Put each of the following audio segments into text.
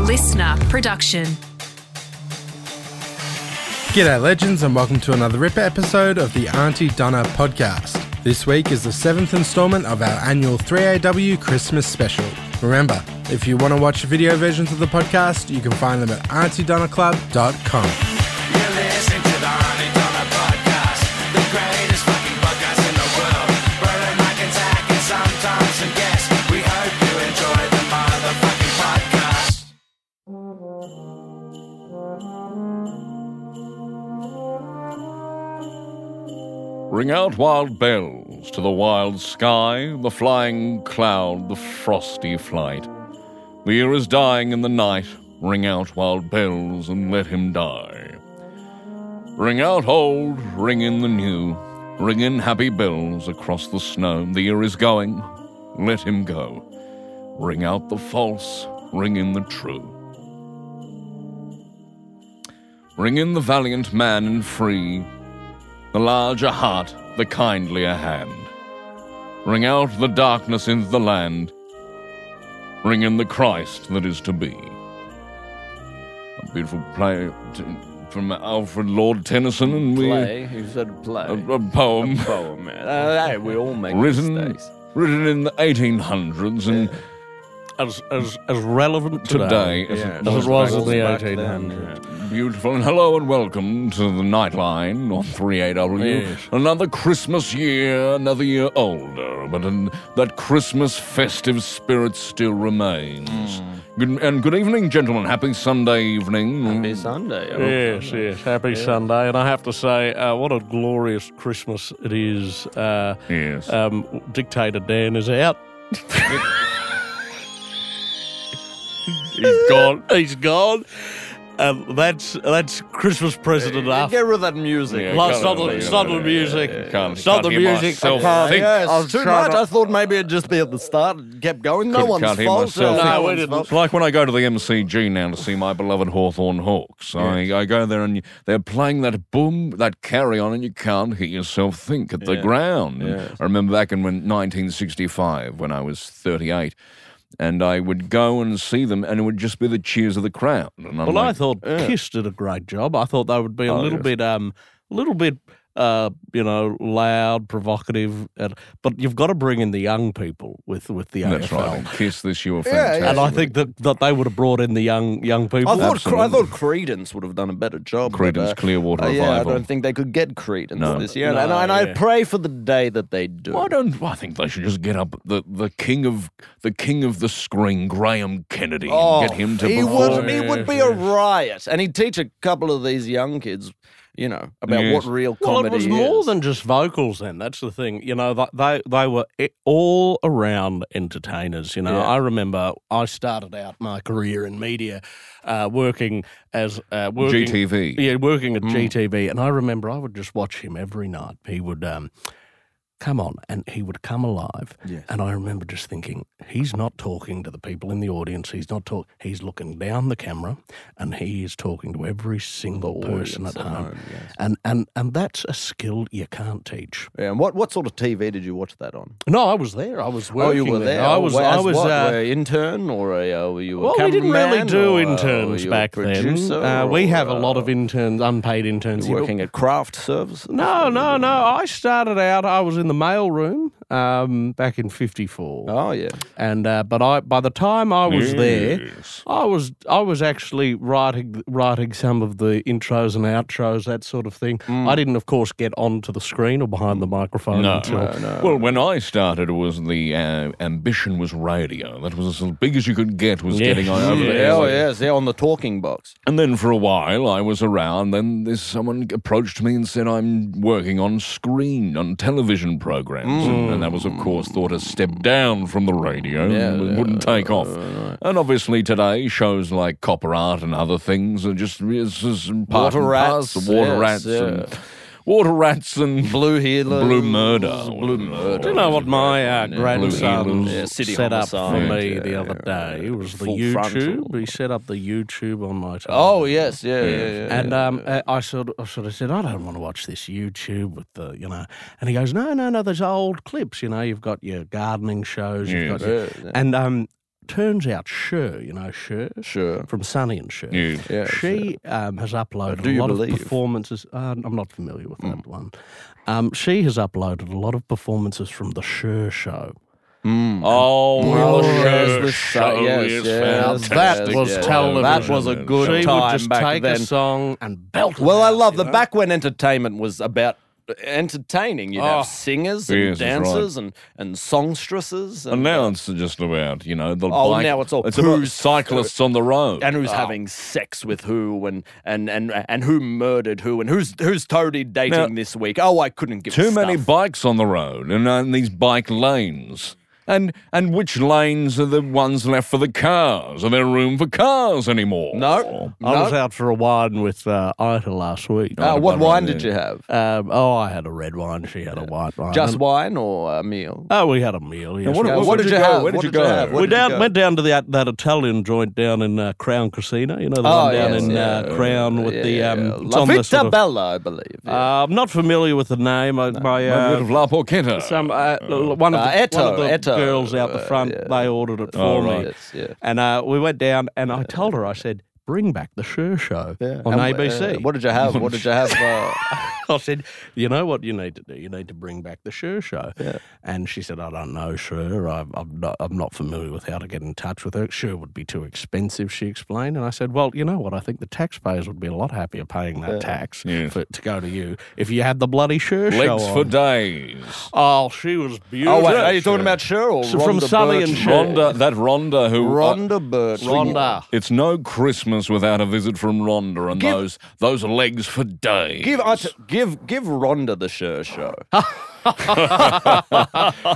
listener production. G'day, legends, and welcome to another Ripper episode of the Auntie Donna podcast. This week is the seventh installment of our annual 3AW Christmas special. Remember, if you want to watch video versions of the podcast, you can find them at auntiedonnaclub.com. You listen to the Honey Dollar Podcast, the greatest fucking podcast in the world. Brother Mike and Zach and Sam Thompson, yes, we hope you enjoy the motherfucking podcast. Ring out wild bells to the wild sky, the flying cloud, the frosty flight. The year is dying in the night. Ring out wild bells and let him die. Ring out old, ring in the new, ring in happy bells across the snow. The year is going, let him go. Ring out the false, ring in the true. Ring in the valiant man and free, the larger heart, the kindlier hand. Ring out the darkness in the land, ring in the Christ that is to be. A beautiful play t- from Alfred Lord Tennyson, and we play. He said play. a, a poem Poem. Uh, hey, we all make written mistakes. written in the 1800s and as as as relevant today today, as Yeah. it as was it was back in the back then, 1800s. Beautiful, and hello and welcome to the Nightline on 3AW. Yes. Another Christmas year, another year older, but an, that Christmas festive spirit still remains. Hmm. Good, and good evening, gentlemen. Happy Sunday evening. Happy Sunday. I'm- Yes, yes. Happy Sunday, and I have to say, uh, what a glorious Christmas it is. Uh, Yes. um, Dictator Dan is out. He's gone. He's gone. Um, that's that's Christmas president after. Get rid of that music. Yeah, Well, can't stop the, believe stop it. the music. Can't- stop can't the hear music. myself. I can't- Think- Yeah, it's too I've tried much. I thought maybe it'd just be at the start and kept going. No Couldn't- one's can't hear fault. myself. uh, No, no we one's didn't. fault. It's like when I go to the MCG now to see my beloved Hawthorn Hawks. I, I go there and you- they're playing that boom, that carry on, and you can't hear yourself think at the ground. And I remember back in when, 1965 when I was 38. And I would go and see them, and it would just be the cheers of the crowd. And I'm Well, I like, thought Kiss did a great job. I thought they would be a Oh, little yes. bit, um, a little bit, uh, you know, loud, provocative. And, but you've got to bring in the young people with with the that's AFL, right. and Kiss this year were Yeah, yeah. fantastic. and I think that, that they would have brought in the young young people. I thought, Cre- I Absolutely. thought Credence would have done a better job. Creedence but, uh, Clearwater uh, yeah, I Revival. don't think they could get Credence No. this year, and, I, and I yeah. pray for the day that they do. Why don't I think they should just get up the, the king of the king of the screen, Graham Kennedy, Oh, and get him to he perform. would, he would be a riot, and he'd teach a couple of these young kids, you know, about Yes. what real Well, comedy it was is. more than just vocals. Then that's the thing. You know, th- they they were e- all around entertainers. You know, Yeah. I remember I started out my career in media, uh, working as uh, working, GTV. Yeah, working Mm. at GTV, and I remember I would just watch him every night. He would. Um, Come on, and he would come alive. Yes. And I remember just thinking, he's not talking to the people in the audience. He's not talking. He's looking down the camera, and he is talking to every single person audience at at home. home, yes. And and and that's a skill you can't teach. Yeah, and what, what sort of TV did you watch that on? No, I was there. I was working oh, you were there. I was. Oh, I as was. what, uh, were you intern or a, uh, were you a well, we didn't really cameraman do or, uh, were interns you a back then. producer Uh, we or, have a lot uh, of interns, unpaid interns. here, but- working at craft services. No, no, no. I started out. I was in the mailroom um, back in '54, Oh yeah. and uh, but I by the time I was there, Yes. I was I was actually writing writing some of the intros and outros, that sort of thing. Mm. I didn't, of course, get onto the screen or behind the microphone No. until Well, when I started, it was the uh, ambition was radio. That was as big as you could get was Yeah. getting on over the Yeah, air. oh yes, yeah, on the talking box. And then for a while, I was around. Then this someone approached me and said, "I'm working on screen on television programs," and, and that was, of course, thought a step down from the radio. and wouldn't take off. And obviously, today shows like Copper Art and other things are just it's just part Water and rats, parcel. water yes, rats, yeah. and water rats and Blue healer. Blue murder. Blue murder. Do you know what my uh, grandson Blue Heelers. Yeah, sitting set on the up for side, me yeah, the other yeah, day? It was the full YouTube. frontal. He set up the YouTube on my television. Oh yes, yeah, yeah, yeah. And um, uh, I sort of, I sort of said, I don't want to watch this YouTube with the, you know. And he goes, No, no, no. There's old clips. You know, you've got your gardening shows. Yes. You've got your, and um, turns out Sher, you know Sher, Sure. from Sunny and Sher. Yes. Yeah, she um, has uploaded Do a you lot believe? Mm. of performances. Uh, I'm not familiar with that one. Um, she has uploaded a lot of performances from the Sher Show. Oh, Oh, the yes, show, the show, yes, is yes. Now fantastic. that was Yes, television. that was a good she time would just back take then. a song and belt it. Well, I out, love you the know? back when entertainment was about entertaining. You'd have singers and Yes, that's Oh, right. dancers and, and songstresses. And, And now it's just about you know the Oh, bike- now it's all it's about who's- cyclists on the road. and who's having sex with who and, and, and, and who murdered who and who's who's Toadie dating Now- this week. Oh, I couldn't give a Too many stuff. bikes on the road and on these bike lanes. And and which lanes are the ones left for the cars? Are there room for cars anymore? No, I was no. out for a wine with uh, Ita last week. Uh, what about wine right did there. you have? Um, oh, I had a red wine. She had a white wine. Just And- wine or a meal? Oh, we had a meal. Yes, what- we Yeah, what- had- did you have? go? Where did What you go? have? What we did you down, go? went down to that, that Italian joint down in uh, Crown Casino. You know the one down Oh, yes, in yeah, uh, Crown with yeah, the yeah. um, it's La on the Vita sort of- Bella, I believe. yeah. Uh, I'm not familiar with the name. I, my, A uh, bit of La Porchetta. some uh, oh. l- one of Uh, the, Eto, one of the Eto, girls out the uh, front. yeah. They ordered it for Oh, me, right. Yes, yeah. and uh, we went down. And I told her, I said, "Bring back the Sure Show on And, ABC." uh, what did you have? What did you have? Uh, I said, "You know what you need to do? You need to bring back the Sure Show." And she said, "I don't know, Sure. I'm, I'm not. I'm not familiar with how to get in touch with her. Sure would be too expensive," she explained. And I said, "Well, you know what? I think the taxpayers would be a lot happier paying that tax Yes. for, to go to you if you had the bloody Sure Show Legs for on." days. oh, she was beautiful. oh, wait, are you talking about Cher or So Rhonda from Sully Birch? and Cher. Rhonda, that Rhonda who uh, Rhonda Birch. Rhonda? It's no Christmas without a visit from Rhonda and those those legs for days. Give, I t- give, give Rhonda the Cher show.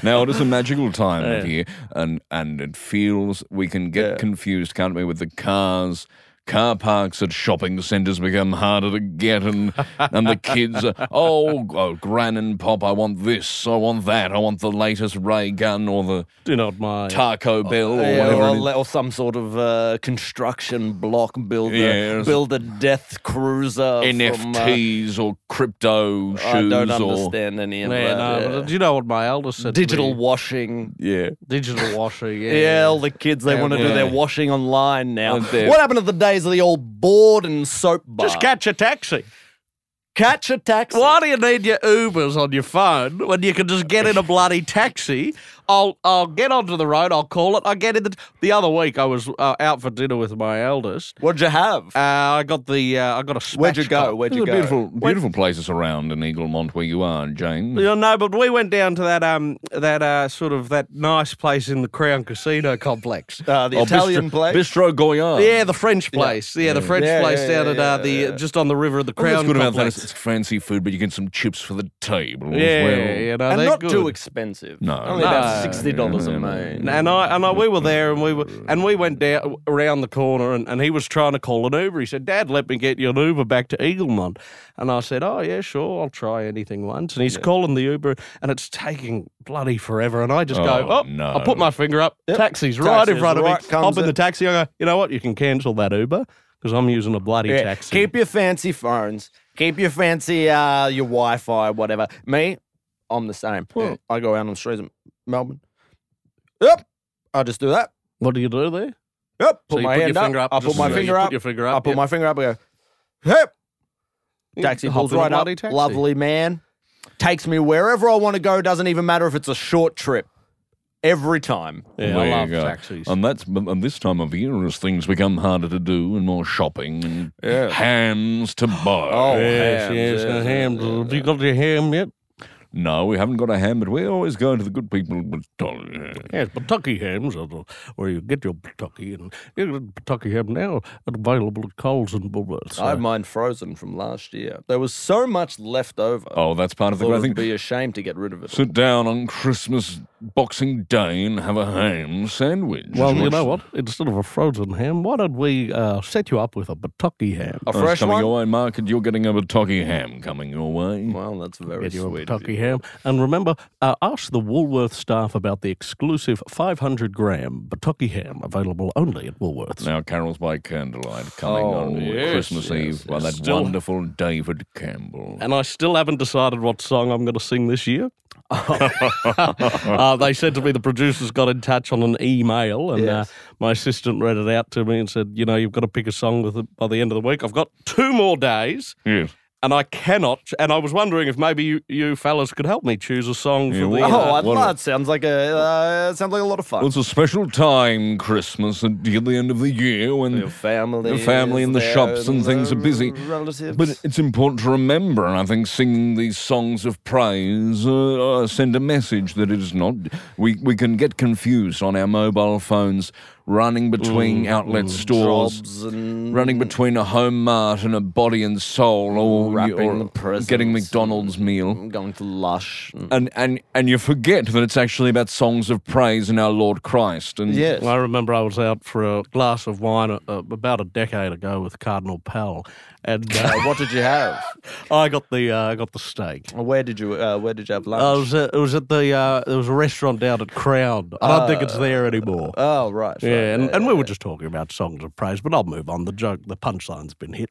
now it is a magical time of year, and and it feels we can get confused, can't we, with the cars. Car parks at shopping centres become harder to get, and and the kids are oh, oh, gran and pop, I want this, I want that, I want the latest ray gun or the Do not mind. Taco Bell or Yeah, whatever. or, it is. le- or some sort of uh, construction block builder, Yes. build a death cruiser. From, uh, NFTs or crypto shoes I don't or understand any of Yeah, that. no, yeah. uh, but do you know what my eldest said? to me? Digital washing. yeah. digital washing. Yeah, Yeah. all the kids they Yeah, want to do yeah. their washing online now. And they're- What happened to the days of the old board and soap bar? Just catch a taxi. catch a taxi. Why do you need your Ubers on your phone when you can just get in a bloody taxi? I'll I'll get onto the road. I'll call it. I get in the the other week. I was uh, out for dinner with my eldest. What'd you have? Uh, I got the uh, I got a. Spatch Where'd you cup. go? Where'd There's you a go? beautiful, beautiful places around in Eaglemont where you are, James. Yeah, no, but we went down to that um that uh sort of that nice place in the Crown Casino complex. Uh, the Oh, Italian Bistro, place. Bistro Goyard. yeah, the French place. Yeah, the French Yeah, place yeah, down yeah, at uh, yeah, the just on the river of the Well, Crown What's good about that complex. is it's fancy food, but you get some chips for the table yeah, as well. you know, and they're not too good. expensive. No, only no. about sixty dollars No, a no, no. main. And I and I, we were there, and we were and we went down around the corner, and, and he was trying to call an Uber. He said, "Dad, let me get you an Uber back to Eaglemont." And I said, "Oh yeah, sure, I'll try anything once." And he's calling the Uber, and it's taking bloody forever. And I just go, Oh, "Oh no. I put my finger up, taxi's right in Taxi's front right, of me. comes Hop in in. the taxi. I go, you know what? You can cancel that Uber because I'm using a bloody Yeah, taxi. Keep your fancy phones. Keep your fancy uh, your Wi-Fi, whatever. Me, I'm the same. Well- I go out on the streets in Melbourne. Yep, I just do that. what do you do there? Yep, So put you my put your hand up. finger up, I just put my so you finger put up. your finger up, I put yep. my finger up. I go, yep. Taxi Hop pulls in a right up. bloody taxi. Lovely man. Takes me wherever I want to go. Doesn't even matter if it's a short trip. Every time. Yeah, There you I love go. taxis. And that's and this time of year, as things become harder to do and more shopping and hams to buy. Oh, yes, hams, yes, yes, the ham. Have you got your ham yet? No, we haven't got a ham, but we always go to the good people. at Battalion. Yes, Kentucky hams are the, where you get your Kentucky and you get Kentucky ham now available at Coles and Woolworths. I have mine frozen from last year. There was so much left over. Oh, that's part of the I great would thing. be ashamed to get rid of it. Sit down on Christmas Boxing Day and have a ham sandwich. well, you What's- know what? Instead of a frozen ham, why don't we uh, set you up with a Kentucky ham? a Oh, it's fresh coming one. your way, Mark, and you're getting a Bataki ham coming your way. Well, that's very Get you a sweet. of Kentucky you. ham. And remember, uh, ask the Woolworth staff about the exclusive 500 gram Kentucky ham available only at Woolworths. Now, Carols by Candlelight coming Oh, on yes, Christmas yes, Uh, Eve by that Still- wonderful David Campbell. And I still haven't decided what song I'm going to sing this year. uh, they said to me the producers got in touch on an email, and Yes. uh, my assistant read it out to me and said, "You know, you've got to pick a song with it by the end of the week. I've got two more days." Yes. And I cannot. And I was wondering if maybe you, you fellas could help me choose a song Yeah, for we- the. uh, Yeah, oh, I, what a- that sounds like a uh, sounds like a lot of fun. Well, it's a special time, Christmas, at the end of the year when your family, the family and the shops and things are busy. Relatives. But it's important to remember, and I think singing these songs of praise uh, uh, send a message that it is not. We we can get confused on our mobile phones, running between outlet stores, Mm, jobs and running between a home mart and a body and soul, or, Wrapping or the presents Mm. getting McDonald's meal. going to Lush. and- And, and and you forget that it's actually about songs of praise in our Lord Christ. And Yes. Well, I remember I was out for a glass of wine uh, uh, about a decade ago with Cardinal Pell, and Uh, uh, what did you have? I got the uh, I got the steak. Where did you uh, Where did you have lunch? I was at, it was at the uh, there was a restaurant down at Crown. I don't think it's there anymore. oh right. right, uh, yeah, and, yeah, and we were just talking about songs of praise, but I'll move on. The joke, the punchline's been hit.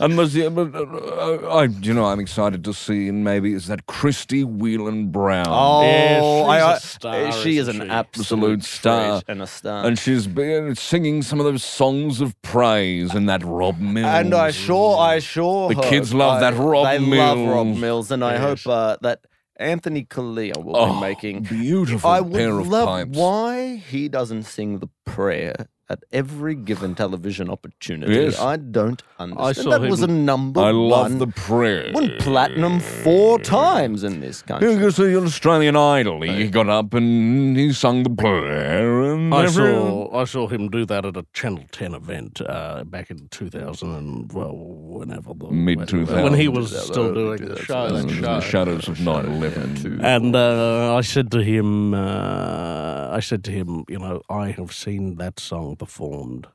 And was the- but, uh, I, you know, I'm excited to see, and maybe is that Christy Whelan Brown. Oh, Yeah, she's I- a star, uh, she is isn't an she? absolute Absolute star. treat and a star. And she's been singing some of those songs of praise and that Rob Mills. And I sure, I sure, The hope- kids love that Rob They love Rob Mills. Mills, and I hope uh, that Anthony Kalia will oh, be making. beautiful I would pair of love pipes. why he doesn't sing the prayer at every given television opportunity. Yes. I don't understand. saw that him- was a number. I love one- the prayer. won platinum four times in this You country. go see an Australian Idol. He got up and he sung the prayer. And I everyone- saw I saw him do that at a Channel Ten event uh, back in two thousand and well, whenever the Mid when- 2000. when he was still doing the show. And That the show. shadows of 9 11. And uh, I said to him, uh, I said to him, you know, I have seen that song performed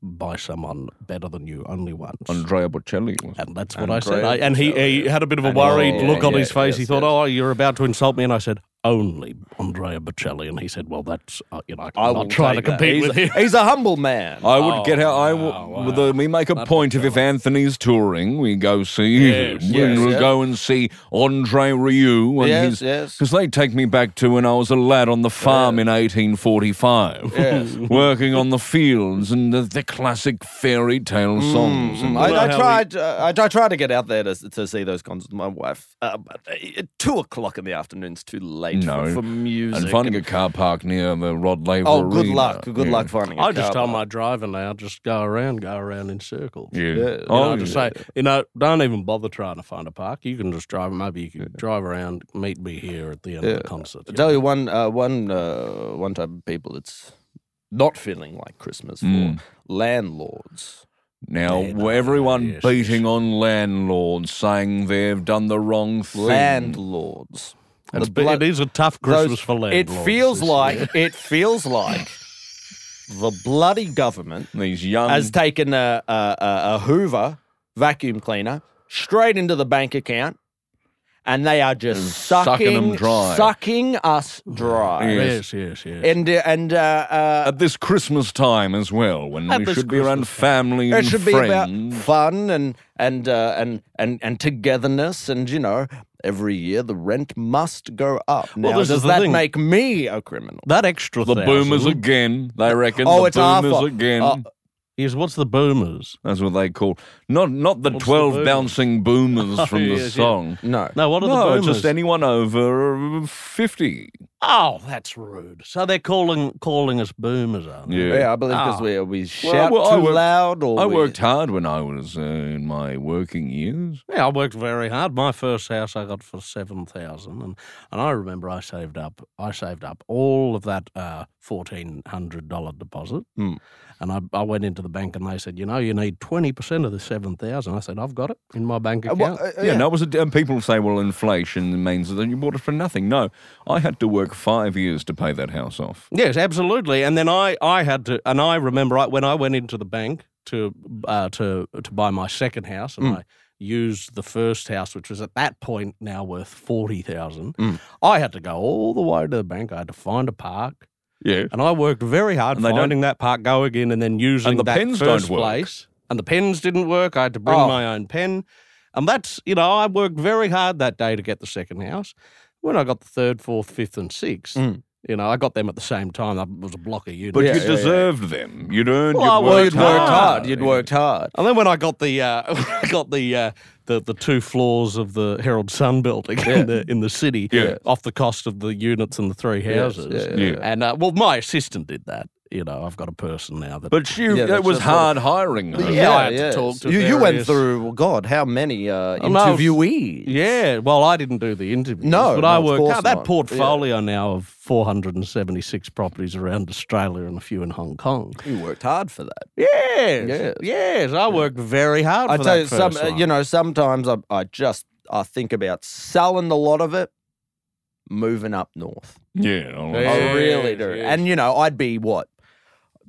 by someone better than you only once. Andrea Bocelli. wasn't it? and that's what I Andrea said. I, and he, he had a bit of a And- worried Oh, look yeah, on his yeah, face. he yes, thought, yes. "Oh, you're about to insult me," and I said, "Only Andrea Bocelli." And he said, "Well, that's uh, you know, I I'm will not trying to take that. compete he's, with you." He's a humble man. I would Oh, get out. I wow, w- wow. the- we make a point of if Anthony's touring, we go see him. Yes, and yes, we'll yes. go and see Andre Rieu. And Yes, his, yes. Because they take me back to when I was a lad on the farm in 1845, Yes. working on the fields and the, the classic fairy tale songs. and Mm, I, all I that. tried. Uh, I, I tried to get out there to, to see those concerts with my wife, uh, but uh, two o'clock in the afternoon's too late No. for, for music. and finding a car park near the Rod Laver oh, good Arena. luck. Good Yeah. luck finding. I I just told my driver now, just go around, go around in circles. Yeah. You know, Oh, I just yeah. say, you know, don't even bother trying to find a park. You can just drive. Maybe you can drive around, meet me here at the end of the concert. I'll tell you one uh, one uh, one type of people it's not feeling like Christmas for Mm. landlords. Now, Yeah, no, everyone yes, beating on landlords, saying they've done the wrong thing. Landlords. It's, The but blood- it is a tough those- Christmas for It landlords. feels this like year. it feels like the bloody government These young has taken a, a, a, a Hoover vacuum cleaner straight into the bank account, and they are just sucking sucking, 'em dry. sucking us dry. yes, yes, yes. And uh, and uh, uh, at this Christmas time as well, when At we this should be around family it and should be about friends. fun and and uh, and and and togetherness, and you know. Every year, the rent must go up. Now, Well, this is does the that thing. make me a criminal? that extra the thousand boomers again, they reckon. Oh, the it's our boomers fault. again. Uh, is what's the boomers? That's what they call not not the What's the twelve boomers? bouncing boomers from the yes, yes. song. No. No, what are the No, boomers? it's just anyone over fifty. Oh, that's rude. So they're calling calling us boomers, are they? Yeah. Yeah, I believe because Ah. we we shout well, I too worked- loud. Or I we- worked hard when I was uh, in my working years. Yeah, I worked very hard. My first house I got for seven thousand, and and I remember I saved up. I saved up all of that uh, fourteen hundred dollar deposit, Mm. and I, I went into the bank and they said, you know, you need twenty percent of the seven thousand. I said, I've got it in my bank Uh, account. well, uh, Yeah, no, it was a, and people say, well, inflation means that you bought it for nothing. No, I had to work five years to pay that house off. Yes, absolutely. And then I, I had to, and I remember I, when I went into the bank to uh, to to buy my second house, and I used the first house, which was at that point now worth forty thousand. I had to go all the way to the bank. I had to find a park, Yeah. and I worked very hard And they don't- finding that park, going in, and then using And the that pens don't first work. place. And the pens didn't work. I had to bring Oh. my own pen. And that's, you know, I worked very hard that day to get the second house. When I got the third, fourth, fifth, and sixth, Mm. you know, I got them at the same time. That was a block of units. Hmm. But Yeah, you yeah, yeah. deserved them. You'd earned. Well, I you'd worked worked, You'd worked hard. hard. You'd worked hard. And then when I got the uh, when I got the uh, the the two floors of the Herald Sun building in the in the city Yeah. off the cost of the units and the three houses. yeah, yeah, yeah. And uh, well, my assistant did that. You know, I've got a person now that. But you, Yeah, it that's was a sort of- hard hiring. her. Yeah, I had to talk to you, you went various- through well, God, how many uh, Oh, no, I was- interviewees? yeah, well, I didn't do the interviews, No, but no, I of worked course hard. that not. portfolio now of 476 properties around Australia and a few in Hong Kong. you worked hard for that. Yes, Yes. yes, I worked very hard. I for tell that you, some first uh, one. you know, sometimes I, I just I think about selling a lot of it, moving up north. Yeah, all right. I Yes, really do. yes. And you know, I'd be what.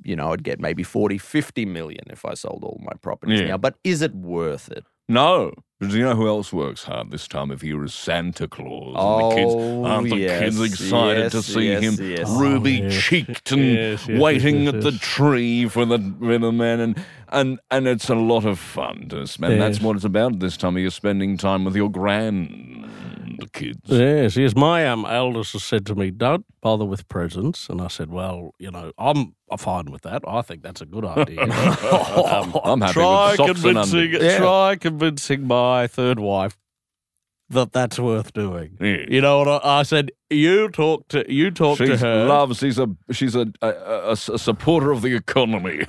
You know, I'd get maybe 40, 50 million if I sold all my properties Yeah. now. But is it worth it? No. But do you know who else works hard this time of year is Santa Claus? and the kids, Oh, aren't the kids yes, excited to yes, see yes, him yes. ruby Oh, yes. cheeked and Yes, yes, waiting yes, yes, at the yes. tree for the for the man and and and it's a lot of fun to spend. That's Yes. what it's about this time of year, spending time with your grand kids. Yes, yes. My um, eldest has said to me, "Don't bother with presents," and I said, "Well, you know, I'm I'm fine with that. I think that's a good idea." Um, I'm happy try with socks and convincing, undies. try convincing my third wife that that's worth doing. Yeah. You know what I, I said? You talk to you talk She to her. loves. She's a she's a, a, a, a supporter of the economy.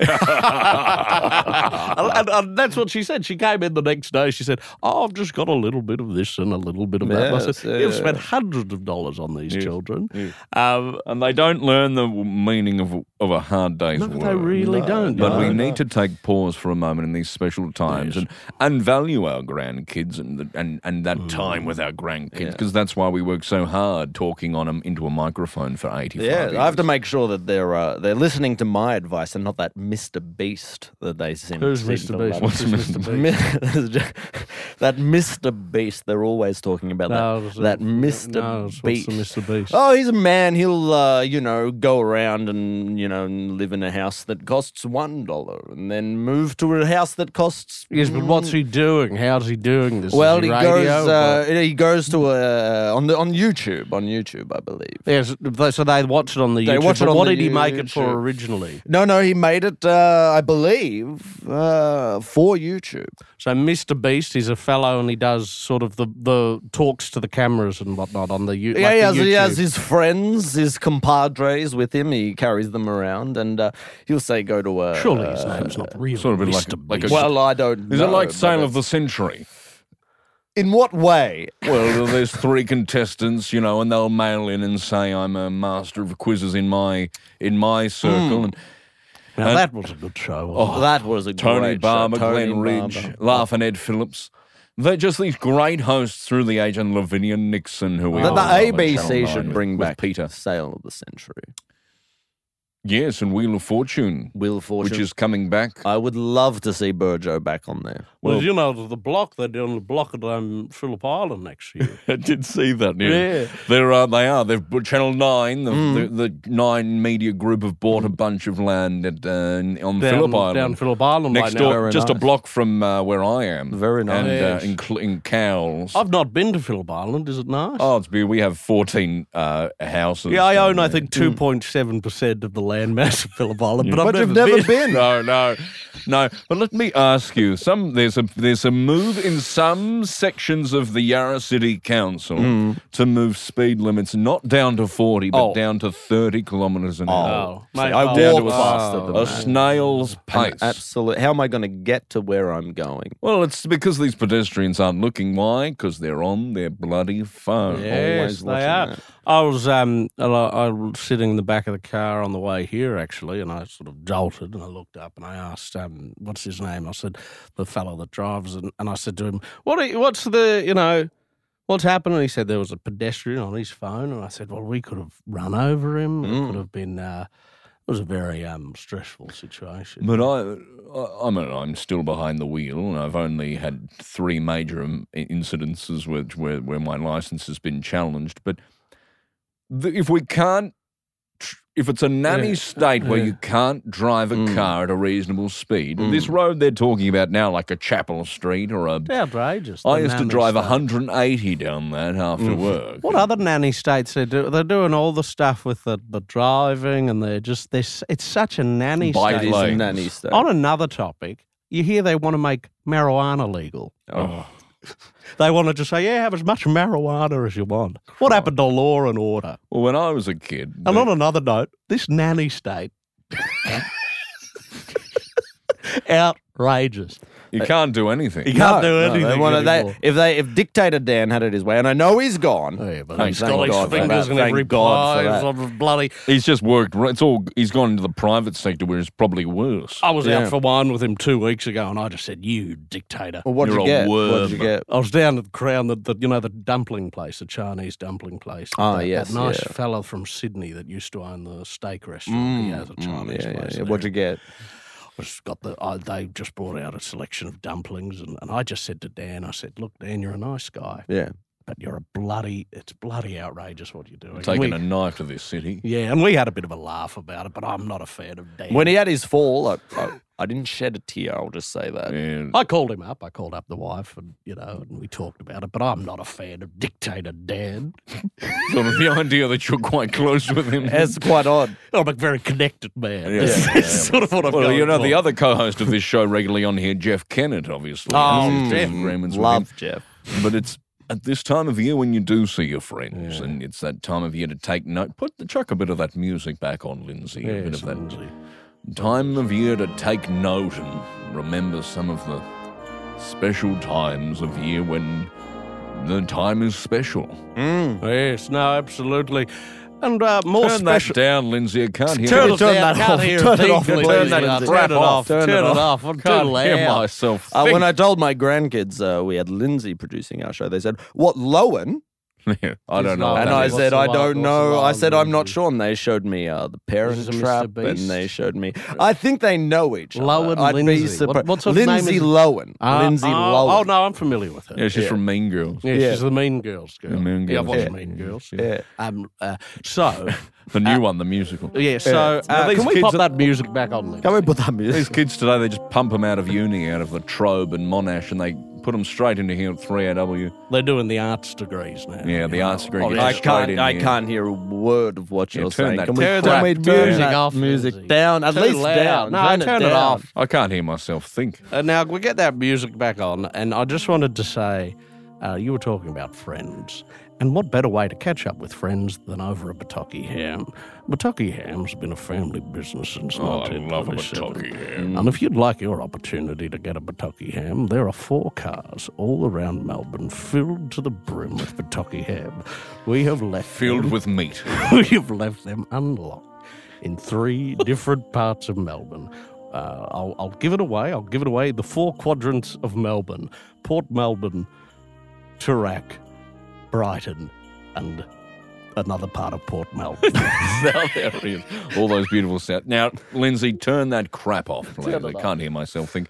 and, and- and that's what she said. She came in the next day. She said, "Oh, I've just got a little bit of this and a little bit of that." And I Yes, said, "You've yeah. spent hundreds of dollars on these Yes, children." yes. Um, and they don't learn the w- meaning of of a hard day's no, work. they really don't. But no, we no. need to take pause for a moment in these special times and, and value our grandkids and the, and, and that time with our grandkids because that's why we work so hard talking on them into a microphone for 85 Yeah, years. I have to make sure that they're uh, they're listening to my advice and not that Mr. Beast that they seem. Who's seem Mr. to Beast? love. What's Mr. Mi- that Mr. Beast they're always talking about No, that, it's- that no, Mr. it's- what's Beast. the Mr. Beast? Oh, he's a man. He'll uh, you know go around and you know and live in a house that costs one dollar and then move to a house that costs. Yes, but what's he doing? How's he doing this? Is Well, he radio? goes. Uh, he goes to a on the on YouTube on YouTube, I believe. yes, th- so they watch it on the They YouTube. watch it but on what the did he make it YouTube. for originally? No, no, he made it, uh, I believe, uh, for YouTube. So Mr. Beast is a fellow, and he does sort of the, the talks to the cameras and whatnot on the, U- like yeah, he the has, YouTube. he has his friends, his compadres with him. He carries them around, and uh, he'll say, "Go to a." Surely his uh, name's not real. sort of a bit like Mr. a- like a- Beast. well, I don't. Is know, it like but Sale of it's- the Century? In what way? Well, there's three contestants, you know, and they'll mail in and say, "I'm a master of quizzes in my in my Hmm. circle." And now that was a good show. Wasn't Oh, that was a Tony great Barber, show. Tony Glenn Ridge, Barber. Laugh and Ed Phillips. They're just these great hosts through the age, and Lavinia Nixon, who we The, all the love at Oh, Channel ABC 9 should with- bring with back Peter. Sale of the Century. Yes, and Wheel of Fortune, Will Fortune. which is coming back. Uh, I would love to see Burjo back on there. Well, you know, the the block they're doing the block at um, Phillip Island next year. I did see that. Yeah, Yeah. Mm. there are. They are. They've bought Channel Nine, the, the, the Nine Media Group, have bought a bunch of land at, uh, on down, Phillip Island. down Phillip Island next right now. door, just a nice. block from uh, where I am. Very And nice. uh, in, Cl- in Cowles. I've not been to Phillip Island. Is it nice? oh, it's beautiful. We have 14 uh, houses. Yeah, I down own, I there. Mm. think, 2.7% of the land mass of Phillip Island, but I've but never, you've never been. No, no, no. But let me ask you: some there's a there's a move in some sections of the Yarra City Council to move speed limits not down to forty, but Hmm. Oh. down to thirty kilometres an hour. Oh, mate, I oh, Down to walk a, faster than a that. snail's pace. Absolutely. How am I going to get to where I'm going? well, it's because these pedestrians aren't looking. Why? Because they're on their bloody phone. Yes, watching they are. that. I was um, I, I was sitting in the back of the car on the way here actually, and I sort of jolted and I looked up and I asked, um, "What's his name?" I said, "The fellow that drives," and, and I said to him, "What? Are, you- what's the you know?" What's happened? And he said there was a pedestrian on his phone, and I said, "Well, we could have run over him. It Mm. could have been. Uh, it was a very um, stressful situation." But I, I, I mean, I'm still behind the wheel, and I've only had three major um, i- incidences which, where where my license has been challenged. But the, if we can't tr- if it's a nanny state where you can't drive a Mm. car at a reasonable speed, this road they're talking about now, like a Chapel Street or a. Outrageous. I the used to nanny drive state. Mm. 180 down that after work. What other nanny states they do? They're doing all the stuff with the, the driving, and they're just they're, s- it's such a nanny Bike state. lane. It's Lanes. nanny state. On another topic, you hear they want to make marijuana legal. They want to just say, yeah, have as much marijuana as you want. What happened to law and order? Well, when I was a kid, And on another note, this nanny state. outrageous. you can't do anything. You can't do No, anything. they wanna- they- anymore. if they if dictator Dan had it his way, and I know he's gone. Oh, yeah, but Thank he's God got his for fingers that. in Thank every God for pie. that. sort of bloody. He's just worked. r- It's all. He's gone into the private sector, where it's probably worse. I was Yeah. out for wine with him two weeks ago, and I just said, "You dictator." Well, what'd You're you a get? What'd worm. you get? I was down at the Crown, the, the you know the dumpling place, the Chinese dumpling place. Ah, that, that yes, nice yeah. fellow from Sydney that used to own the steak restaurant. he has a Chinese Mm, Yeah, yeah, place. yeah. there. What'd you get? It's got the I, they just brought out a selection of dumplings, and, and I just said to Dan, I said, "Look, Dan, you're a nice guy, Yeah. but you're a bloody. It's bloody outrageous what you're doing." Taking And we- a knife to this city. yeah, and we had a bit of a laugh about it, but I'm not a fan of Dan. When he had his fall, I, I, I didn't shed a tear. I'll just say that. And I called him up. I called up the wife, and you know, and we talked about it. But I'm not a fan of dictator Dan. sort of the idea that you're quite close with him. That's quite odd. I'm a very connected man. Yeah, That's yeah, sort of what I'm well, going you know, the for. other co-host of this show regularly on here, Jeff Kennett, obviously. Oh, has his Jeff. disagreements with Love Jeff. him. But it's at this time of year when you do see your friends, and it's that time of year to take note. Put the chuck a bit of that music back on, Lindsay. a bit of that time of year to take note and remember some of the special times of year when the time is special. Yes, no, absolutely. And uh, more Turn special. that down, Lindsay. I can't hear. Turn it. us down. that Can't off. hear a Turn it thing, off, please. please. Turn it Yeah, off. turn Turn it it off. off. Turn Turn it it off. off. I'm Can't hear loud. myself. Uh, when think. I told my grandkids uh, we had Lindsay producing our show, they said, "What Lowen?" I don't know. Well, and that I is- said, "I what's the don't line- know." I what's the said, line "I'm not music? sure." And they showed me uh, the This Parent is a Mr. Trap, Beast? and they showed me. I think they know each other. Lowen I'd Be Lindsay. What- surprised. what sort of name Lindsay is it? Lowen. Uh, Lindsay oh, Lowen. Oh no, I'm familiar with her. Yeah, she's from Mean Girls. Yeah, Yeah. she's the Mean Girls girl. The Mean Yeah, Girls. I've watched Yeah. Mean Girls. Yeah. Um, uh, so, The new one, the musical. yeah, so Now, uh, these can we kids pop are- that music back on? Lindsay? Can we put that music? These kids today, they just pump them out of uni, out of the Trobe and Monash, and they put them straight into here at 3AW. They're doing the arts degrees now. Yeah, the arts degree. Oh, gets yeah. I straight can't. in I here. can't hear a word of what Yeah, you're turn saying. that can we, crap can we down. turn Music that off, music Lindsay. down? At Too least loud. down. No, turn it down. off. I can't hear myself think. Uh, now we get that music back on, and I just wanted to say, uh, you were talking about friends, and what better way to catch up with friends than over a Bataki ham? Bataki ham's been a family business since Oh, I love a 1927. Bataki ham. And if you'd like your opportunity to get a Bataki ham, there are four cars all around Melbourne filled to the brim with Bataki ham. We have left Filled them- with meat. We've left them unlocked in three different parts of Melbourne. Uh, I'll, I'll give it away. I'll give it away. The four quadrants of Melbourne Port Melbourne, Turak, Brighton, and another part of Port Melbourne. Now there it is. All those beautiful sounds. Now, Lindsay, turn that crap off, please. I can't hear myself think.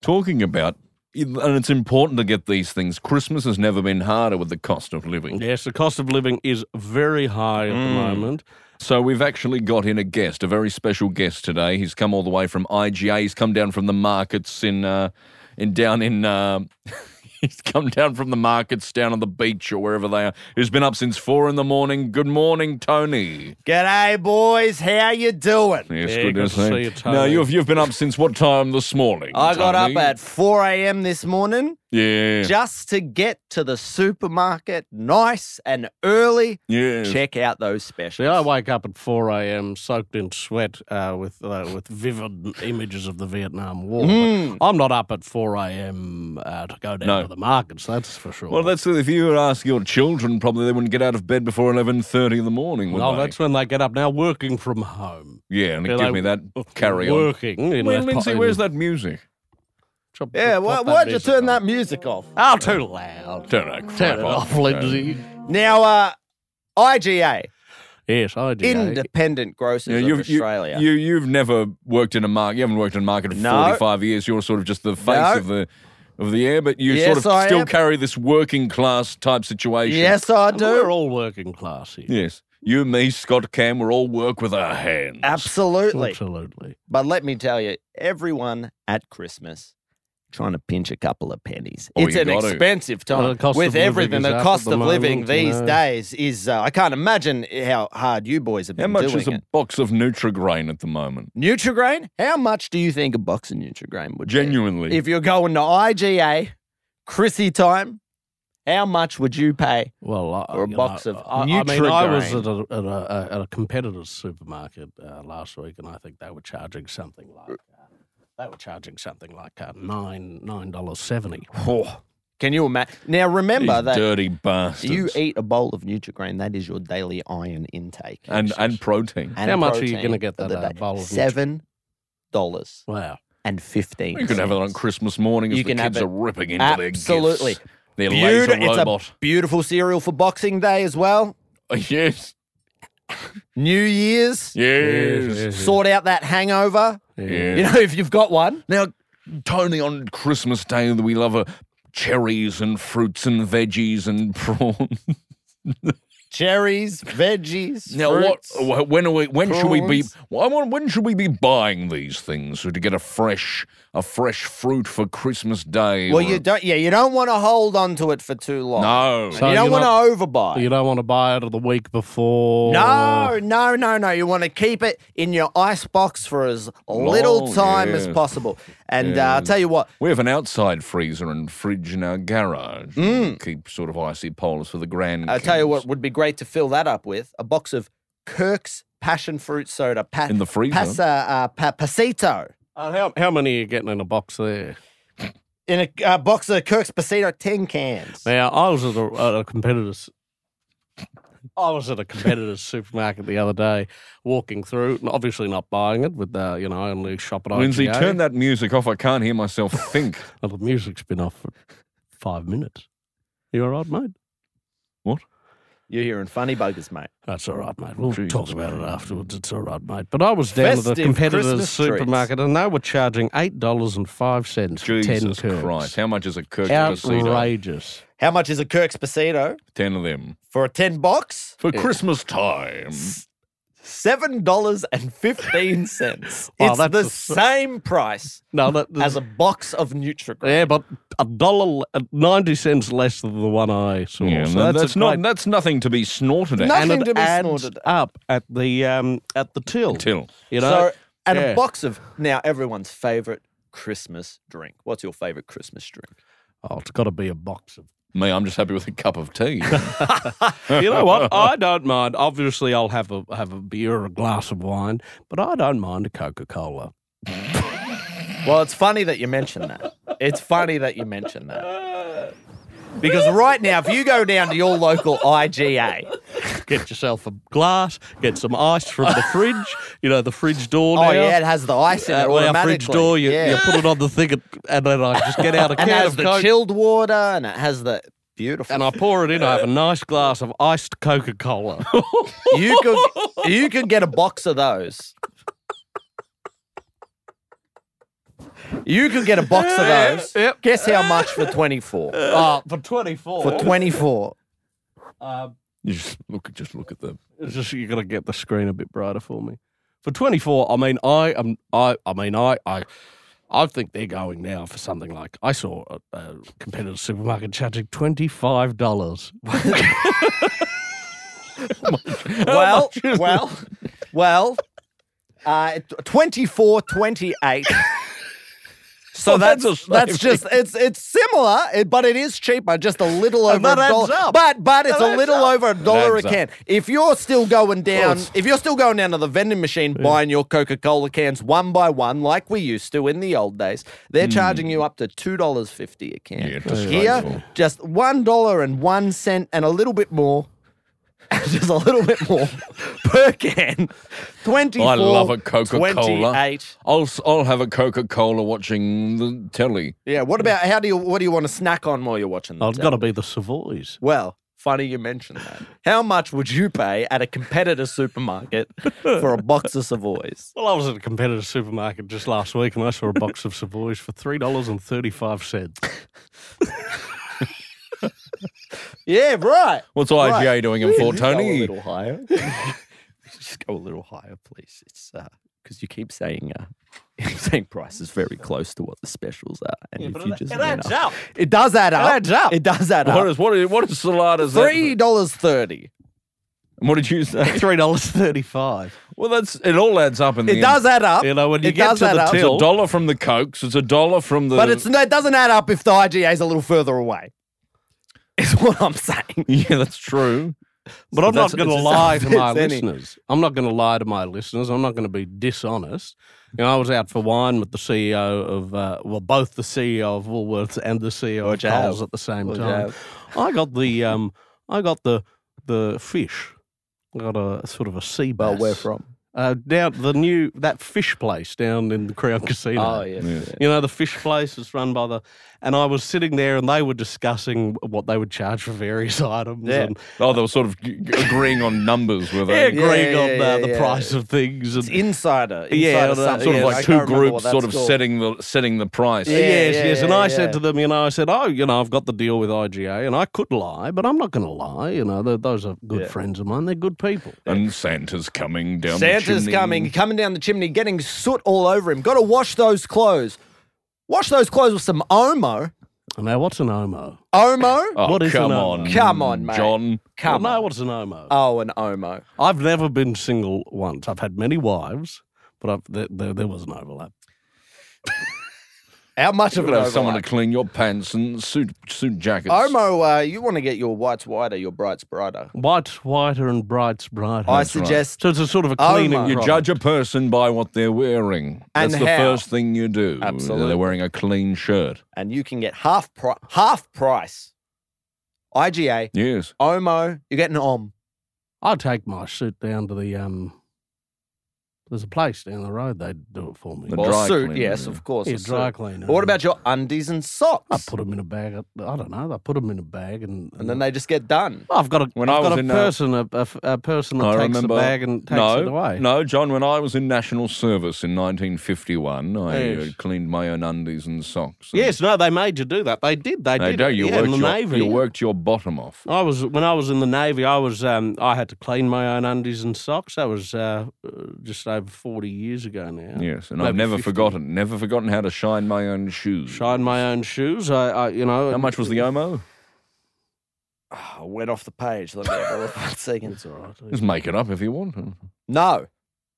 Talking about, and it's important to get these things. Christmas has never been harder with the cost of living. yes, the cost of living is very high at Mm. the moment. So we've actually got in a guest, a very special guest today. He's come all the way from IGA. He's come down from the markets in, uh, in down in. Uh, he's come down from the markets down on the beach or wherever they are. Who's been up since four in the morning? Good morning, Tony. G'day, boys. How you doing? Yes, Yeah, good to see you, Tony. Now you've you've been up since what time this morning? I got up Tony? at 4 a.m. this morning yeah, just to get to the supermarket nice and early. yeah. Check out those See, I specials. wake up at 4 a.m. soaked in sweat uh, with uh, with vivid images of the Vietnam War. but I'm not up at 4 a.m. Uh, to go down Mm. No. to the markets, that's for sure. Well, that's if you were to ask your children, probably they wouldn't get out of bed before eleven thirty in the morning. Would Oh, they? that's when they get up now, working from home. yeah, and it Yeah, gives they- me that carry on. working in Well, that Lindsay, po- where's that music? Chop- Yeah, chop why, that why'd you music turn on. that music off? Oh, too loud. Turn that crap Turn it off, Lindsay. Now, uh, IGA, Yes, I eh? do. Independent Grocers Yeah, of you've, you, Australia. you, you've never worked in a market. You haven't worked in a market for No. 45 years. You're sort of just the face No. of the of the air, but you Yes, sort of I still am. carry this working class type situation. yes, I do. We're all working class here. Yes. You, me, Scott Cam, we all work with our hands. Absolutely. Absolutely. But let me tell you, everyone at Christmas trying to pinch a couple of pennies. Oh, it's you an gotta. expensive time Well, the cost with of living everything. is The up cost at the of living moment, these yeah. days is. Uh, I can't imagine how hard you boys have How been much doing is a it. box of Nutrigrain at the moment? Nutrigrain? How much do you think a box of Nutrigrain would be? Genuinely. If you're going to IGA, Chrissy time, how much would you pay? Well, I- Or a you box know, of I, I mean, I was Nutrigrain. at a, at a, at a competitor's supermarket uh, last week, and I think they were charging something like uh, they were charging something like uh, nine nine dollars seventy. Can you imagine? Now remember These that dirty bastards. you eat a bowl of Nutrigrain, that is your daily iron intake. and and protein. and How much are you protein gonna get for that, the uh, day. bowl of Seven dollars Wow. and fifteen. You can have it on cents. Christmas morning as You the can have kids it. are ripping into Absolutely. their gifts. Their Beauti- laser it's robot. a beautiful cereal for Boxing Day as well. yes, New Year's, yes, yes. sort out that hangover. You know, if you've got one. Now, Tony, on Christmas Day, we love uh, cherries and fruits and veggies and prawns. Cherries, veggies. Now, what? fruits. wh- When are we? When should we be? prawns. wh- I want- When should we be buying these things so to get a fresh, a fresh fruit for Christmas Day? Well, or you a- don't. Yeah, you don't want to hold on to it for too long. No, And So you don't you want like- to overbuy. You don't want to buy it the week before. No, no, no, no. You want to keep it in your ice box for as little Oh, time as yeah. possible. And uh, I'll tell you what, we have an outside freezer and fridge in our garage. We Keep sort of icy poles for the grand. I'll tell you what would be great to fill that up with a box of Kirk's passion fruit soda pa- In the freezer? Pasa, uh, pa- pasito. Uh, how, how many are you getting in a box there? In a uh, box of Kirk's pasito, ten cans. Now, I was at a, at a competitor's. I was at a competitor's supermarket the other day, walking through, and obviously not buying it, but uh, you know, I only shop at IGA. Lindsay, turn that music off. I can't hear myself think. Well, the music's been off for five minutes. You all right, mate? You're hearing funny buggers, mate. That's all right, mate. We'll Jesus talk about it afterwards. It's all right, mate. But I was down at the Festive competitor's Christmas treats. supermarket, and they were charging eight dollars and five cents for ten Jesus curds. Christ! How much is a Kirk Casino? Outrageous! How much is a Kirk's pasito Ten of them for a ten box? for Christmas time. Seven dollars and fifteen cents. Wow, it's that's the a- same price No, that as a box of Nutrigrain. yeah, but a dollar uh, ninety cents less than the one I saw. Yeah, so and that's, that's, a not great- that's nothing to be snorted at. No. and nothing it to be adds snorted at. up at the um at the till. Till. you know. so, and yeah. a box of now everyone's favorite Christmas drink. What's your favorite Christmas drink? oh, it's got to be a box of Me, I'm just happy with a cup of tea. you know what? I don't mind. Obviously, I'll have a have a beer or a glass of wine, but I don't mind a Coca Cola. Well, it's funny that you mention that. It's funny that you mention that. Because right now, if you go down to your local IGA, Get yourself a glass. Get some ice from the fridge. You know the fridge door. oh now. yeah, it has the ice in it At our automatically. fridge door, you, yeah. you put it on the thing, and, and then I just get out a and can it has of the Coke, chilled water, and it has the beautiful. and I pour it in. I have a nice glass of iced Coca Cola. you could you could get a box of those. You could get a box of those. Yep. Guess how much for twenty four? oh, for twenty four. For twenty four. you just look, just look at the It's just you got to get the screen a bit brighter for me. For 24, I mean, I am, I, I mean, I, I, I think they're going now for something like I saw a, a competitor supermarket charging twenty five dollars. Well, well, well. Uh, twenty four, twenty eight. So Well, that's that's that's, a just it's it's similar, it- but it is cheaper, just a little over And that a adds dollar. up. But but it's a little over a dollar a adds up. can. If you're still going down, if you're still going down to the vending machine buying your Coca Cola cans one by one, like we used to in the old days, they're charging you up to two dollars fifty a can. Yeah, just Here, delightful. just one dollar and one cent, and a little bit more just a little bit more per can. 24. I love a Coca Cola. 28. I'll s- I'll have a Coca Cola watching the telly. Yeah, what about how do you what do you want to snack on while you're watching Oh, the it's got to be the Savoys. Well, funny you mentioned that. How much would you pay at a competitor supermarket for a box of Savoys? Well, I was at a competitor supermarket just last week, and I saw a box of Savoys for three dollars and thirty five cents. Yeah, right. What's IGA Right. doing in Fort Go a Tony? little higher. Just go a little higher, please. It's because you keep saying uh, you keep saying prices very close to what the specials are, and if you just it adds up. It does add up. It adds up. It does add What up. is what is what is Salada's that- Three dollars thirty. What did you say? Three dollars thirty-five. Well, that's it. All adds up in the It does add up. You know, when you it get does to add the up, It's till- a dollar from the cokes. It's a dollar from the. but it's no, it doesn't add up if the IGA is a little further away. Is what I'm saying. yeah, that's true. But I'm that's- not going to it's- lie to my it's any- listeners. I'm not going to lie to my listeners. I'm not going to be dishonest. You know, I was out for wine with the CEO of, uh, well, both the CEO of Woolworths and the CEO What'd you of have? Coles at the same What'd you time. I got the, um, I got the, the fish. I got a sort of a sea bass. Uh, down the new that fish place down in the Crown Casino. Oh yeah. Yeah. You know, the fish place is run by the. And I was sitting there and they were discussing what they would charge for various items. Yeah. And Oh, they were sort of g- g- agreeing on numbers, were yeah, they? agreeing yeah, on yeah, uh, the yeah. price of things. And, It's insider. insider Yeah, uh, something. Sort of Yeah, like I two can't remember what groups, that's sort of called. setting the setting the price. Yeah, yes, yes. and yeah, I said yeah. to them, you know, I said, oh, you know, I've got the deal with IGA and I could lie, but I'm not going to lie. You know, th those are good friends of mine. They're good people. And Santa's coming down. the Santa's chimney. coming, coming down the chimney, getting soot all over him. Got to wash those clothes. Wash those clothes with some Omo. Now, what's an OMO? Omo? Oh, What is the come number? on, Come on, mate. John. Come well, no, on. what's an OMO? Oh, an Omo. I've never been single once. I've had many wives, but I've, there, there, there was an overlap. How much You of an could have someone to overlap? clean your pants and suit suit jackets. Omo, uh, you want to get your whites whiter, your brights brighter. White's whiter and bright's brighter. I suggest so it's a sort of a Oh cleaning. my- You product. judge a person by what they're wearing. And That's the how. first thing you do. Absolutely. They're wearing a clean shirt. and you can get half pri- half price. IGA, Yes. Omo, you get an Om. I take my suit down to the um. There's a place down the road. They do it for me. The Or dry suit, cleaner, yes, yeah. of course. Yeah, a suit. dry cleaner. But what about your undies and socks? I put them in a bag. I don't know. I put them in a bag and and then they just get done. I've got a. When I've I was got a in, uh, person. A, a, a person that I takes remember. the bag and takes no, it away. no, John. When I was in national service in 1951, I Yes. uh, cleaned my own undies and socks. and- Yes, no, they made you do that. They did. They, they did. do. it, You yeah, worked in the your, navy. Oh, You worked your bottom off. I was when I was in the navy. I was um, I had to clean my own undies and socks. That was uh, uh, just over forty years ago now. Yes, and I've Maybe never 50. forgotten. Never forgotten how to shine my own shoes. Shine my own shoes. I, I you know How much was the omo? Ah, I went off the page. Let me have a look. One second. It's all right. Just make it up if you want. No.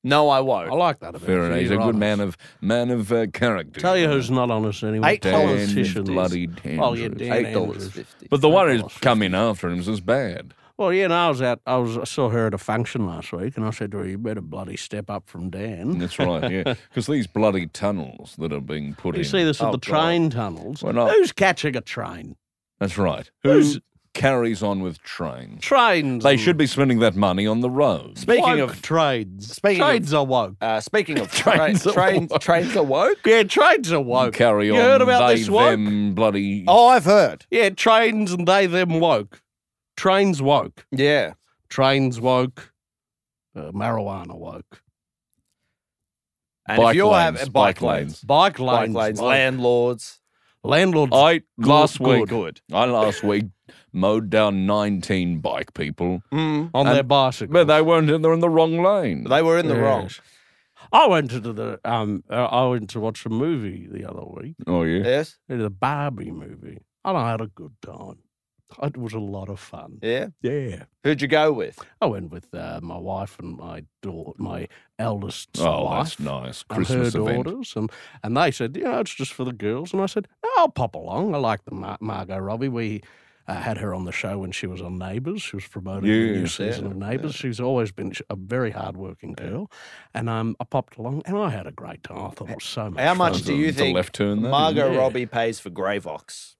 No, I I won't. like that about Fair you. enough. He's a You're good honest. man of man of uh, character. Tell you who's not honest anyway. Eight Dan dollars politicians. bloody Oh yeah, Andrews. Dan Eight dollars Andrews. fifty. But the one who's $8.50. come in after him is as bad. Well, yeah, no, I was out. I was. I saw her at a function last week, and I said to her, "You better bloody step up from Dan." That's right, yeah. Because these bloody tunnels that are being put You in. see this at Oh, the God. train tunnels. Why not? Who's catching a train? That's right. Who's- Who carries on with trains? Trains. They and should be spending that money on the roads. Speaking woke of trades, speaking of- trades are woke. uh, speaking of trains, Trains are trains, woke. trains are woke. Yeah, trains are woke. Carry you on. heard about they, this woke? them bloody. Oh, I've heard. Yeah, trains and they them woke. Trains woke. Yeah, Trains woke. Uh, marijuana woke. and Bike you're lanes, having- bike lanes. Bike bike lanes. lanes, woke. landlords. Landlords. I last good, week. good. I last week mowed down 19 bike people, Mm, on and- their bicycle. but they weren't. in- They're in the wrong lane. they were in the wrong. I went to the um. uh, I went to watch a movie the other week. oh yeah. Yes, It was a Barbie movie, and I had a good time. It was a lot of fun. yeah. Yeah, Who'd you go with? I went with uh, my wife and my daughter, my eldest Oh, wife. that's nice. and Christmas her event. daughters, and, and they said, you know, it's just for the girls. And I said, no, I'll pop along. I like the Mar- Margot Robbie. We uh, had her on the show when she was on Neighbours. She was promoting the new Yes, season of Neighbours. She's always been sh- a very hardworking girl. And um, I popped along, and I had a great time. I thought it was so much. How much That's do a- you that's a think left turn there, Margot yeah. Robbie pays for Gravox?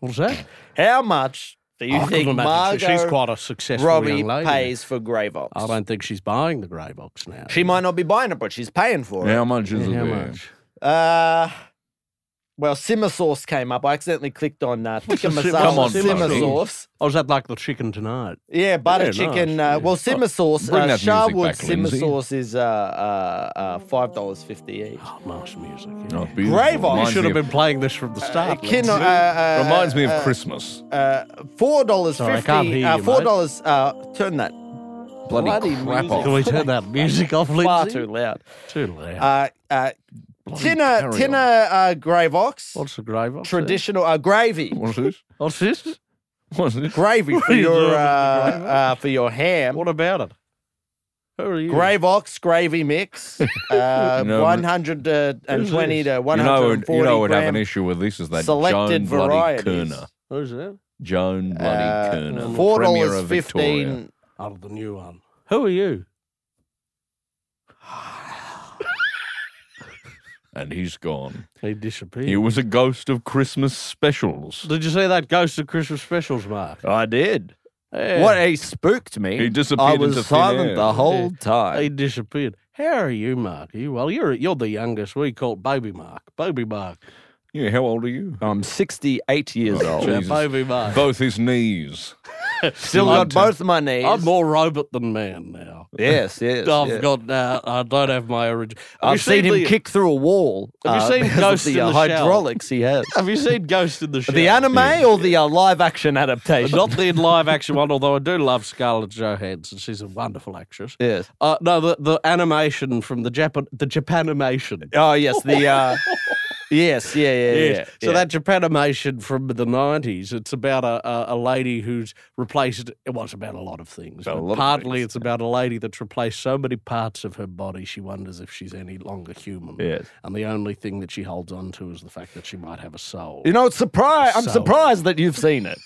What was that? How much do you I couldn't think imagine. She's Margot quite a successful Robbie young lady. pays for Gravox? I don't think she's buying the grey box now. She might not be buying it, but she's paying for How it. much is Yeah, it how there? much? Uh, Well, simmer sauce came up. I accidentally clicked on uh, tikka a simmer- masala Come on, simmer buddy. sauce. I was at like the chicken tonight. Yeah, butter Yeah, chicken. nice, yeah. Uh, well, simmer sauce. bring that uh, music back, Sharwood simmer Lindsay. sauce is uh, uh, uh, five dollars fifty each. Oh, nice music. Oh, Yeah. beautiful. Grave on. You Reminds Should have me of- been playing this from the start. Kin- uh, Lindsay. uh, Reminds me of uh, Christmas. uh, four dollars Sorry, I can't fifty. hear Uh, you, four mate. dollars. Uh, turn that Bloody, bloody crap music. off. Can we turn that music off, Lindsay? far too loud. Too loud. Uh, uh, tinner carry tinner uh, grave ox. What's the grave? I'll see. traditional uh, gravy. What's this? What's this? What's this? Gravy for are you doing your with uh, the uh, for your ham. What about it? Who are you? Grave ox gravy mix, uh, No, but- one hundred and twenty to one You know, hundred who'd- and forty you know, would have gram an issue with this is that selected Joan bloody varieties. Kerner. Who's that? Joan bloody Uh, Kerner, the Four Premier dollars of Victoria. fifteen. Oh, the new one. Who are you? and he's gone. He disappeared. He was a ghost of Christmas specials. Did you see that Ghost of Christmas specials, Mark? I did. Yeah. What he spooked me. He disappeared I was into thin silent air. the whole time. He disappeared. How are you, Mark? Are you well? You're you're the youngest. We call it Baby Mark. Baby Mark. Yeah, how old are you? I'm 68 years Oh, old. Yeah, Jesus. Baby Mark. Both his knees. Still got both my knees. I'm more robot than man now. yes, yes. I've yeah. got. Uh, I don't have my original. I've seen him kick through a wall. Have you seen because of Ghost the, in uh, the Shell? hydraulics? He has Have you seen Ghost in the Shell? the anime or the uh, live action adaptation. Not the live action one, although I do love Scarlett Johansson. She's a wonderful actress. yes. Uh, no, the, the animation from the Japan the Japanimation. Oh yes, the uh, yes, yeah, yeah, yeah. Yes. So yeah. that Japanimation from the nineties, it's about a, a, a lady who's replaced. Well, it's about a lot of things. About a but lot of partly, things, it's about a lady that's replaced so many parts of her body, she wonders if she's any longer human. Yes. And the only thing that she holds on to is the fact that she might have a soul. you know, it's surprise. I'm So- surprised that you've seen it.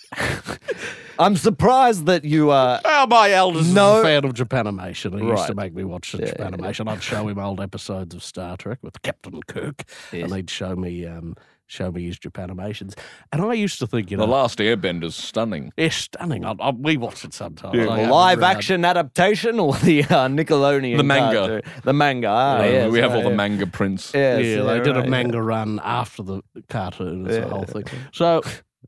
I'm surprised that you uh, Oh, my eldest is No. a fan of Japanimation. He used to Right. make me watch the Japanimation. I'd show him old episodes of Star Trek with Captain Kirk, and he'd show me um, show me his Japanimations. And I used to think, you The know, last airbender's stunning. it's stunning. I, I, we watch it sometimes. Yeah. I the haven't live read- action adaptation or the uh, Nickelodeon The manga. cartoon? The manga. Ah, Uh, yes, we have all the yeah. manga prints. Yeah, Yes, they did right, a manga run after the cartoon. It's the whole thing. So,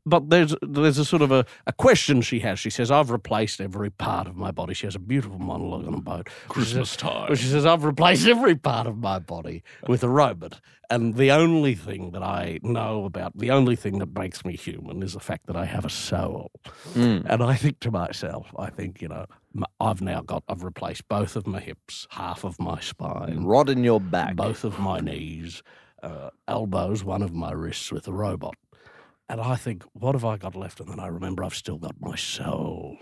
but there's there's a sort of a, a question she has. She says, "I've replaced every part of my body." She has a beautiful monologue on a boat. Christmas time. Well, she says, I've replaced every part of my body with a robot. And the only thing that I know about, the only thing that makes me human is the fact that I have a soul. Hmm. And I think to myself, I think, you know, m- I've now got, I've replaced both of my hips, half of my spine, Rod in your back. both of my knees, uh, elbows, one of my wrists with a robot. And I think, what have I got left? And then I remember I've still got my soul.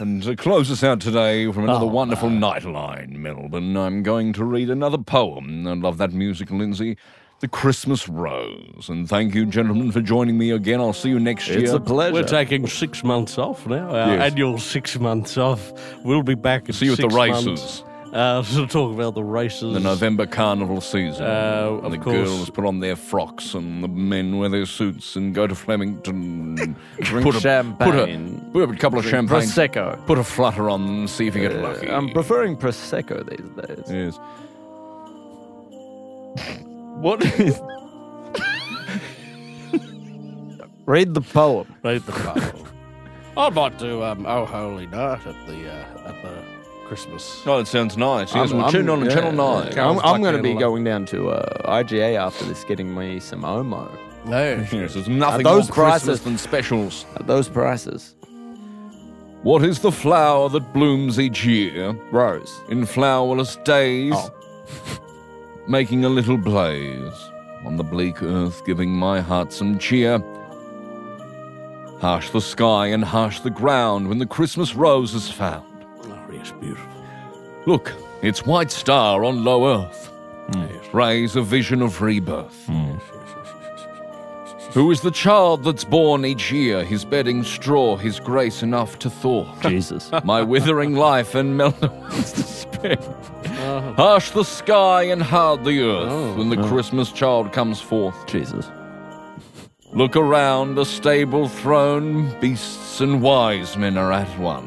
And to close us out today from another Oh, wonderful nightline, Melbourne, I'm going to read another poem. I love that music, Lindsay. The Christmas Rose. And thank you, gentlemen, for joining me again. I'll see you next year. It's a pleasure. We're taking six months off now. Our Yes. annual six months off. We'll be back. In See you at the six races. months, Uh, to talk about the races. the November carnival season. Uh, and the of course. girls put on their frocks and the men wear their suits and go to Flemington. and Drink put a, champagne. Put a, put a couple of champagne. Prosecco. Put a flutter on them and see if you get lucky. I'm preferring prosecco these days. yes. What is Read the poem. Read the Bible. I might do um, Oh Holy Night at the uh, at the Christmas. Oh, that sounds nice. Yes, I'm- we'll I'm- tune on to yeah. Channel 9. I'm, Sounds like going to a be lot. going down to uh, IGA after this, getting me some Omo No. Yes, there's nothing Are more those Christmas prices- than specials. at those prices. What is the flower that blooms each year Rose. in flowerless days? Oh. Making a little blaze on the bleak earth, giving my heart some cheer. Harsh the sky and harsh the ground when the Christmas rose is found. Oh, yes, beautiful. Look, its white star on low earth rays a vision of rebirth. Who is the child that's born each year, his bedding straw, his grace enough to thaw? Jesus. My withering life and meltdown's despair. Harsh the sky and hard the earth when the Christmas child comes forth. Jesus. Look around, a stable throne, beasts and wise men are at one.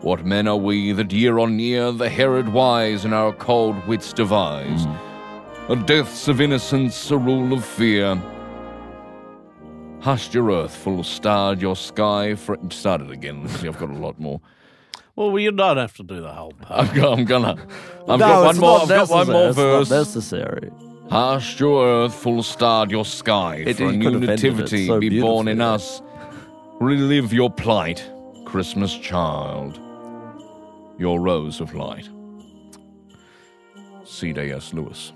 What men are we that year on year the Herod wise and our cold wits devise? a deaths of innocence, a rule of fear. Hushed your earth, full starred your sky. For start it again. See, I've got a lot more. Well, you don't have to do the whole part. I've got, I'm gonna. I've got one more. I've got one more verse. necessary. Harsh your earth, full starred your sky, for a you new could have ended it nativity so be born in beautifully. us. Relive your plight, Christmas child, your rose of light. C.D.S. Lewis.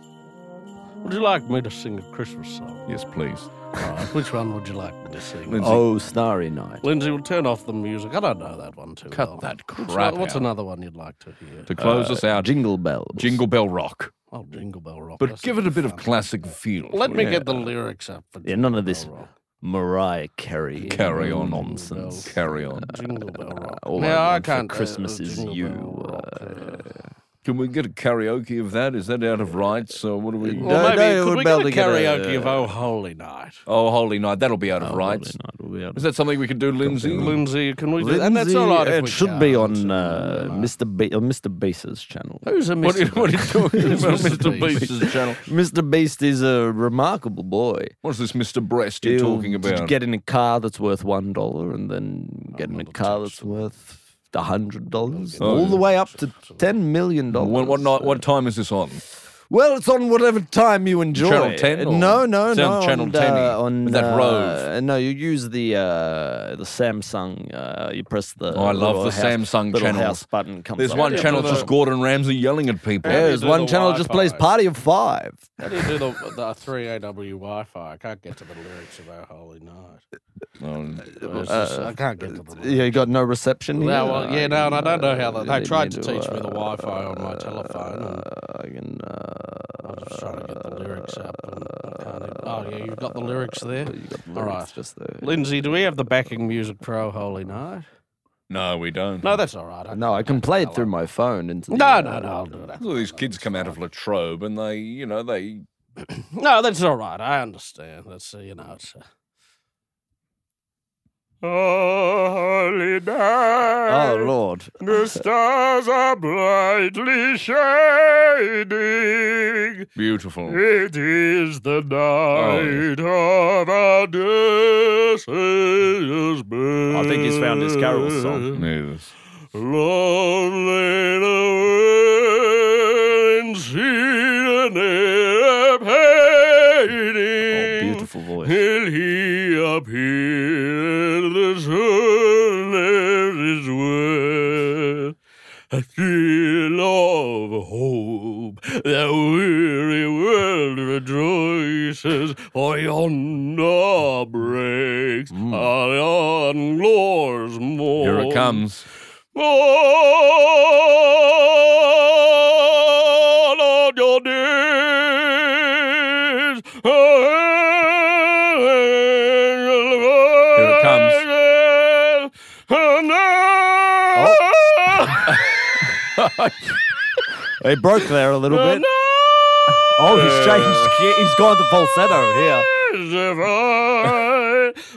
Would you like me to sing a Christmas song? Yes, please. Alright, which one would you like me to sing? Lindsay, Oh, Starry Night. Lindsay will turn off the music. I don't know that one too Cut well. that What's crap ano- What's out. another one you'd like to hear? to close us out, jingle, Uh, Jingle bells. Bell Rock. Oh, Jingle Bell Rock. But that's give it a bit of fun. classic feel. Let to me it. get the lyrics up. For Yeah, none of Jingle this Bell Rock. Mariah Carey. Carry on. Nonsense. Carry on. Jingle Bell Rock. all I now I, want for can't. uh, Christmas is Jingle you, Bell Rock, uh, Can we get a karaoke of that? Is that out of rights? Or what do we? No. Well, maybe it could would we be able get a to get karaoke a- of Oh Holy Night? Oh, Holy Night. That'll be out of Oh, rights. Holy Night. We'll be able to- Is that something we could do, Lindsay? Lindsay, can we? do, and that's all right. if It we should be can't. on uh, Mr. Be- on Mr. Beast's channel. Who's a Mr. What are, you, what are you talking Who's about, Mr. Beast? Beast's channel? Mr. Beast is a remarkable boy. What's this Mr. Breast you're He'll- talking about? Did you get in a car that's worth one dollar, and then get in a car that's worth a hundred dollars, Oh, all yeah. the way up to ten million dollars. what, what, night, what time is this on? Well, it's on whatever time you enjoy. Channel 10 or- No, no, It's no. on Channel on, 10 -y, uh, on with that uh, rove. No, you use the uh, the Samsung. Uh, you press the. Oh, I love little the house- Samsung little channel. house button. Comes There's up. one yeah, channel but, just uh, Gordon Ramsay yelling at people. Yeah, There's do one the channel just plays Wi-Fi. Party of Five. How do you do the, the 3AW Wi Fi? I can't get to the lyrics of Our Holy Night. Oh, Uh, It's just- I can't get to the lyrics. Yeah, you got no reception. Yeah, here? well, yeah, no, and I don't know how that. Uh, They you tried to need teach me the uh, Wi Fi on my telephone. and uh, I can, uh, I was just trying to get the lyrics up. And I can't even, oh, yeah, you've got the lyrics there? you got the All lyrics right. just there. Lindsay, do we have the backing music pro Holy Night? no, we don't. No, that's all right. No, I can play it through my phone. Into the, No, uh, no, no, I'll do that. All these kids come out of Latrobe and they, you know, they. No, that's all right. I understand. That's uh, you know. It's, uh... Oh, holy night! Oh Lord! The stars are brightly shining. Beautiful. It is the Oh. night of our Deceased I think he's found his carol song. Yes. Lonely the wind, seated in Oh, painting. beautiful voice. Till he appeared, the sun left his way. A thrill of hope, the weary world rejoices, for yonder breaks on Lord's morn. Mm. Here it comes. Born on your knees. Here it comes. He broke there a little bit. Oh, he's changed. ge- He's gone to falsetto here.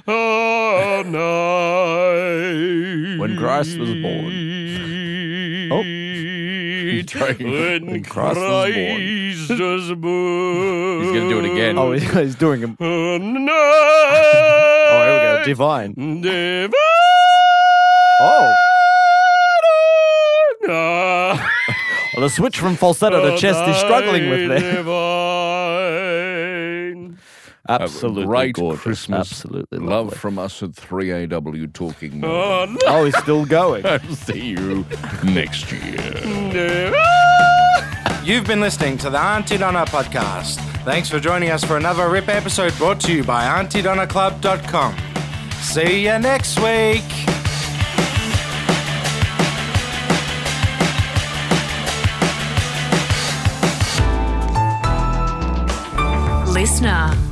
Oh. When Christ was born. Oh, When Christ was born. Christ was born. He's going to do it again. oh, he- he's doing him. Oh, here we go. Oh, Divine. we go. Divine. Oh, Ah. well, the switch from falsetto to chest is struggling with there. Divine. Absolutely Great gorgeous. Christmas. Absolutely Love lovely. from us at 3AW Talking. Oh, he's still going. See you next year. You've been listening to the Auntie Donna podcast. Thanks for joining us for another RIP episode brought to you by AuntieDonnaClub.com. See you next week. Listener.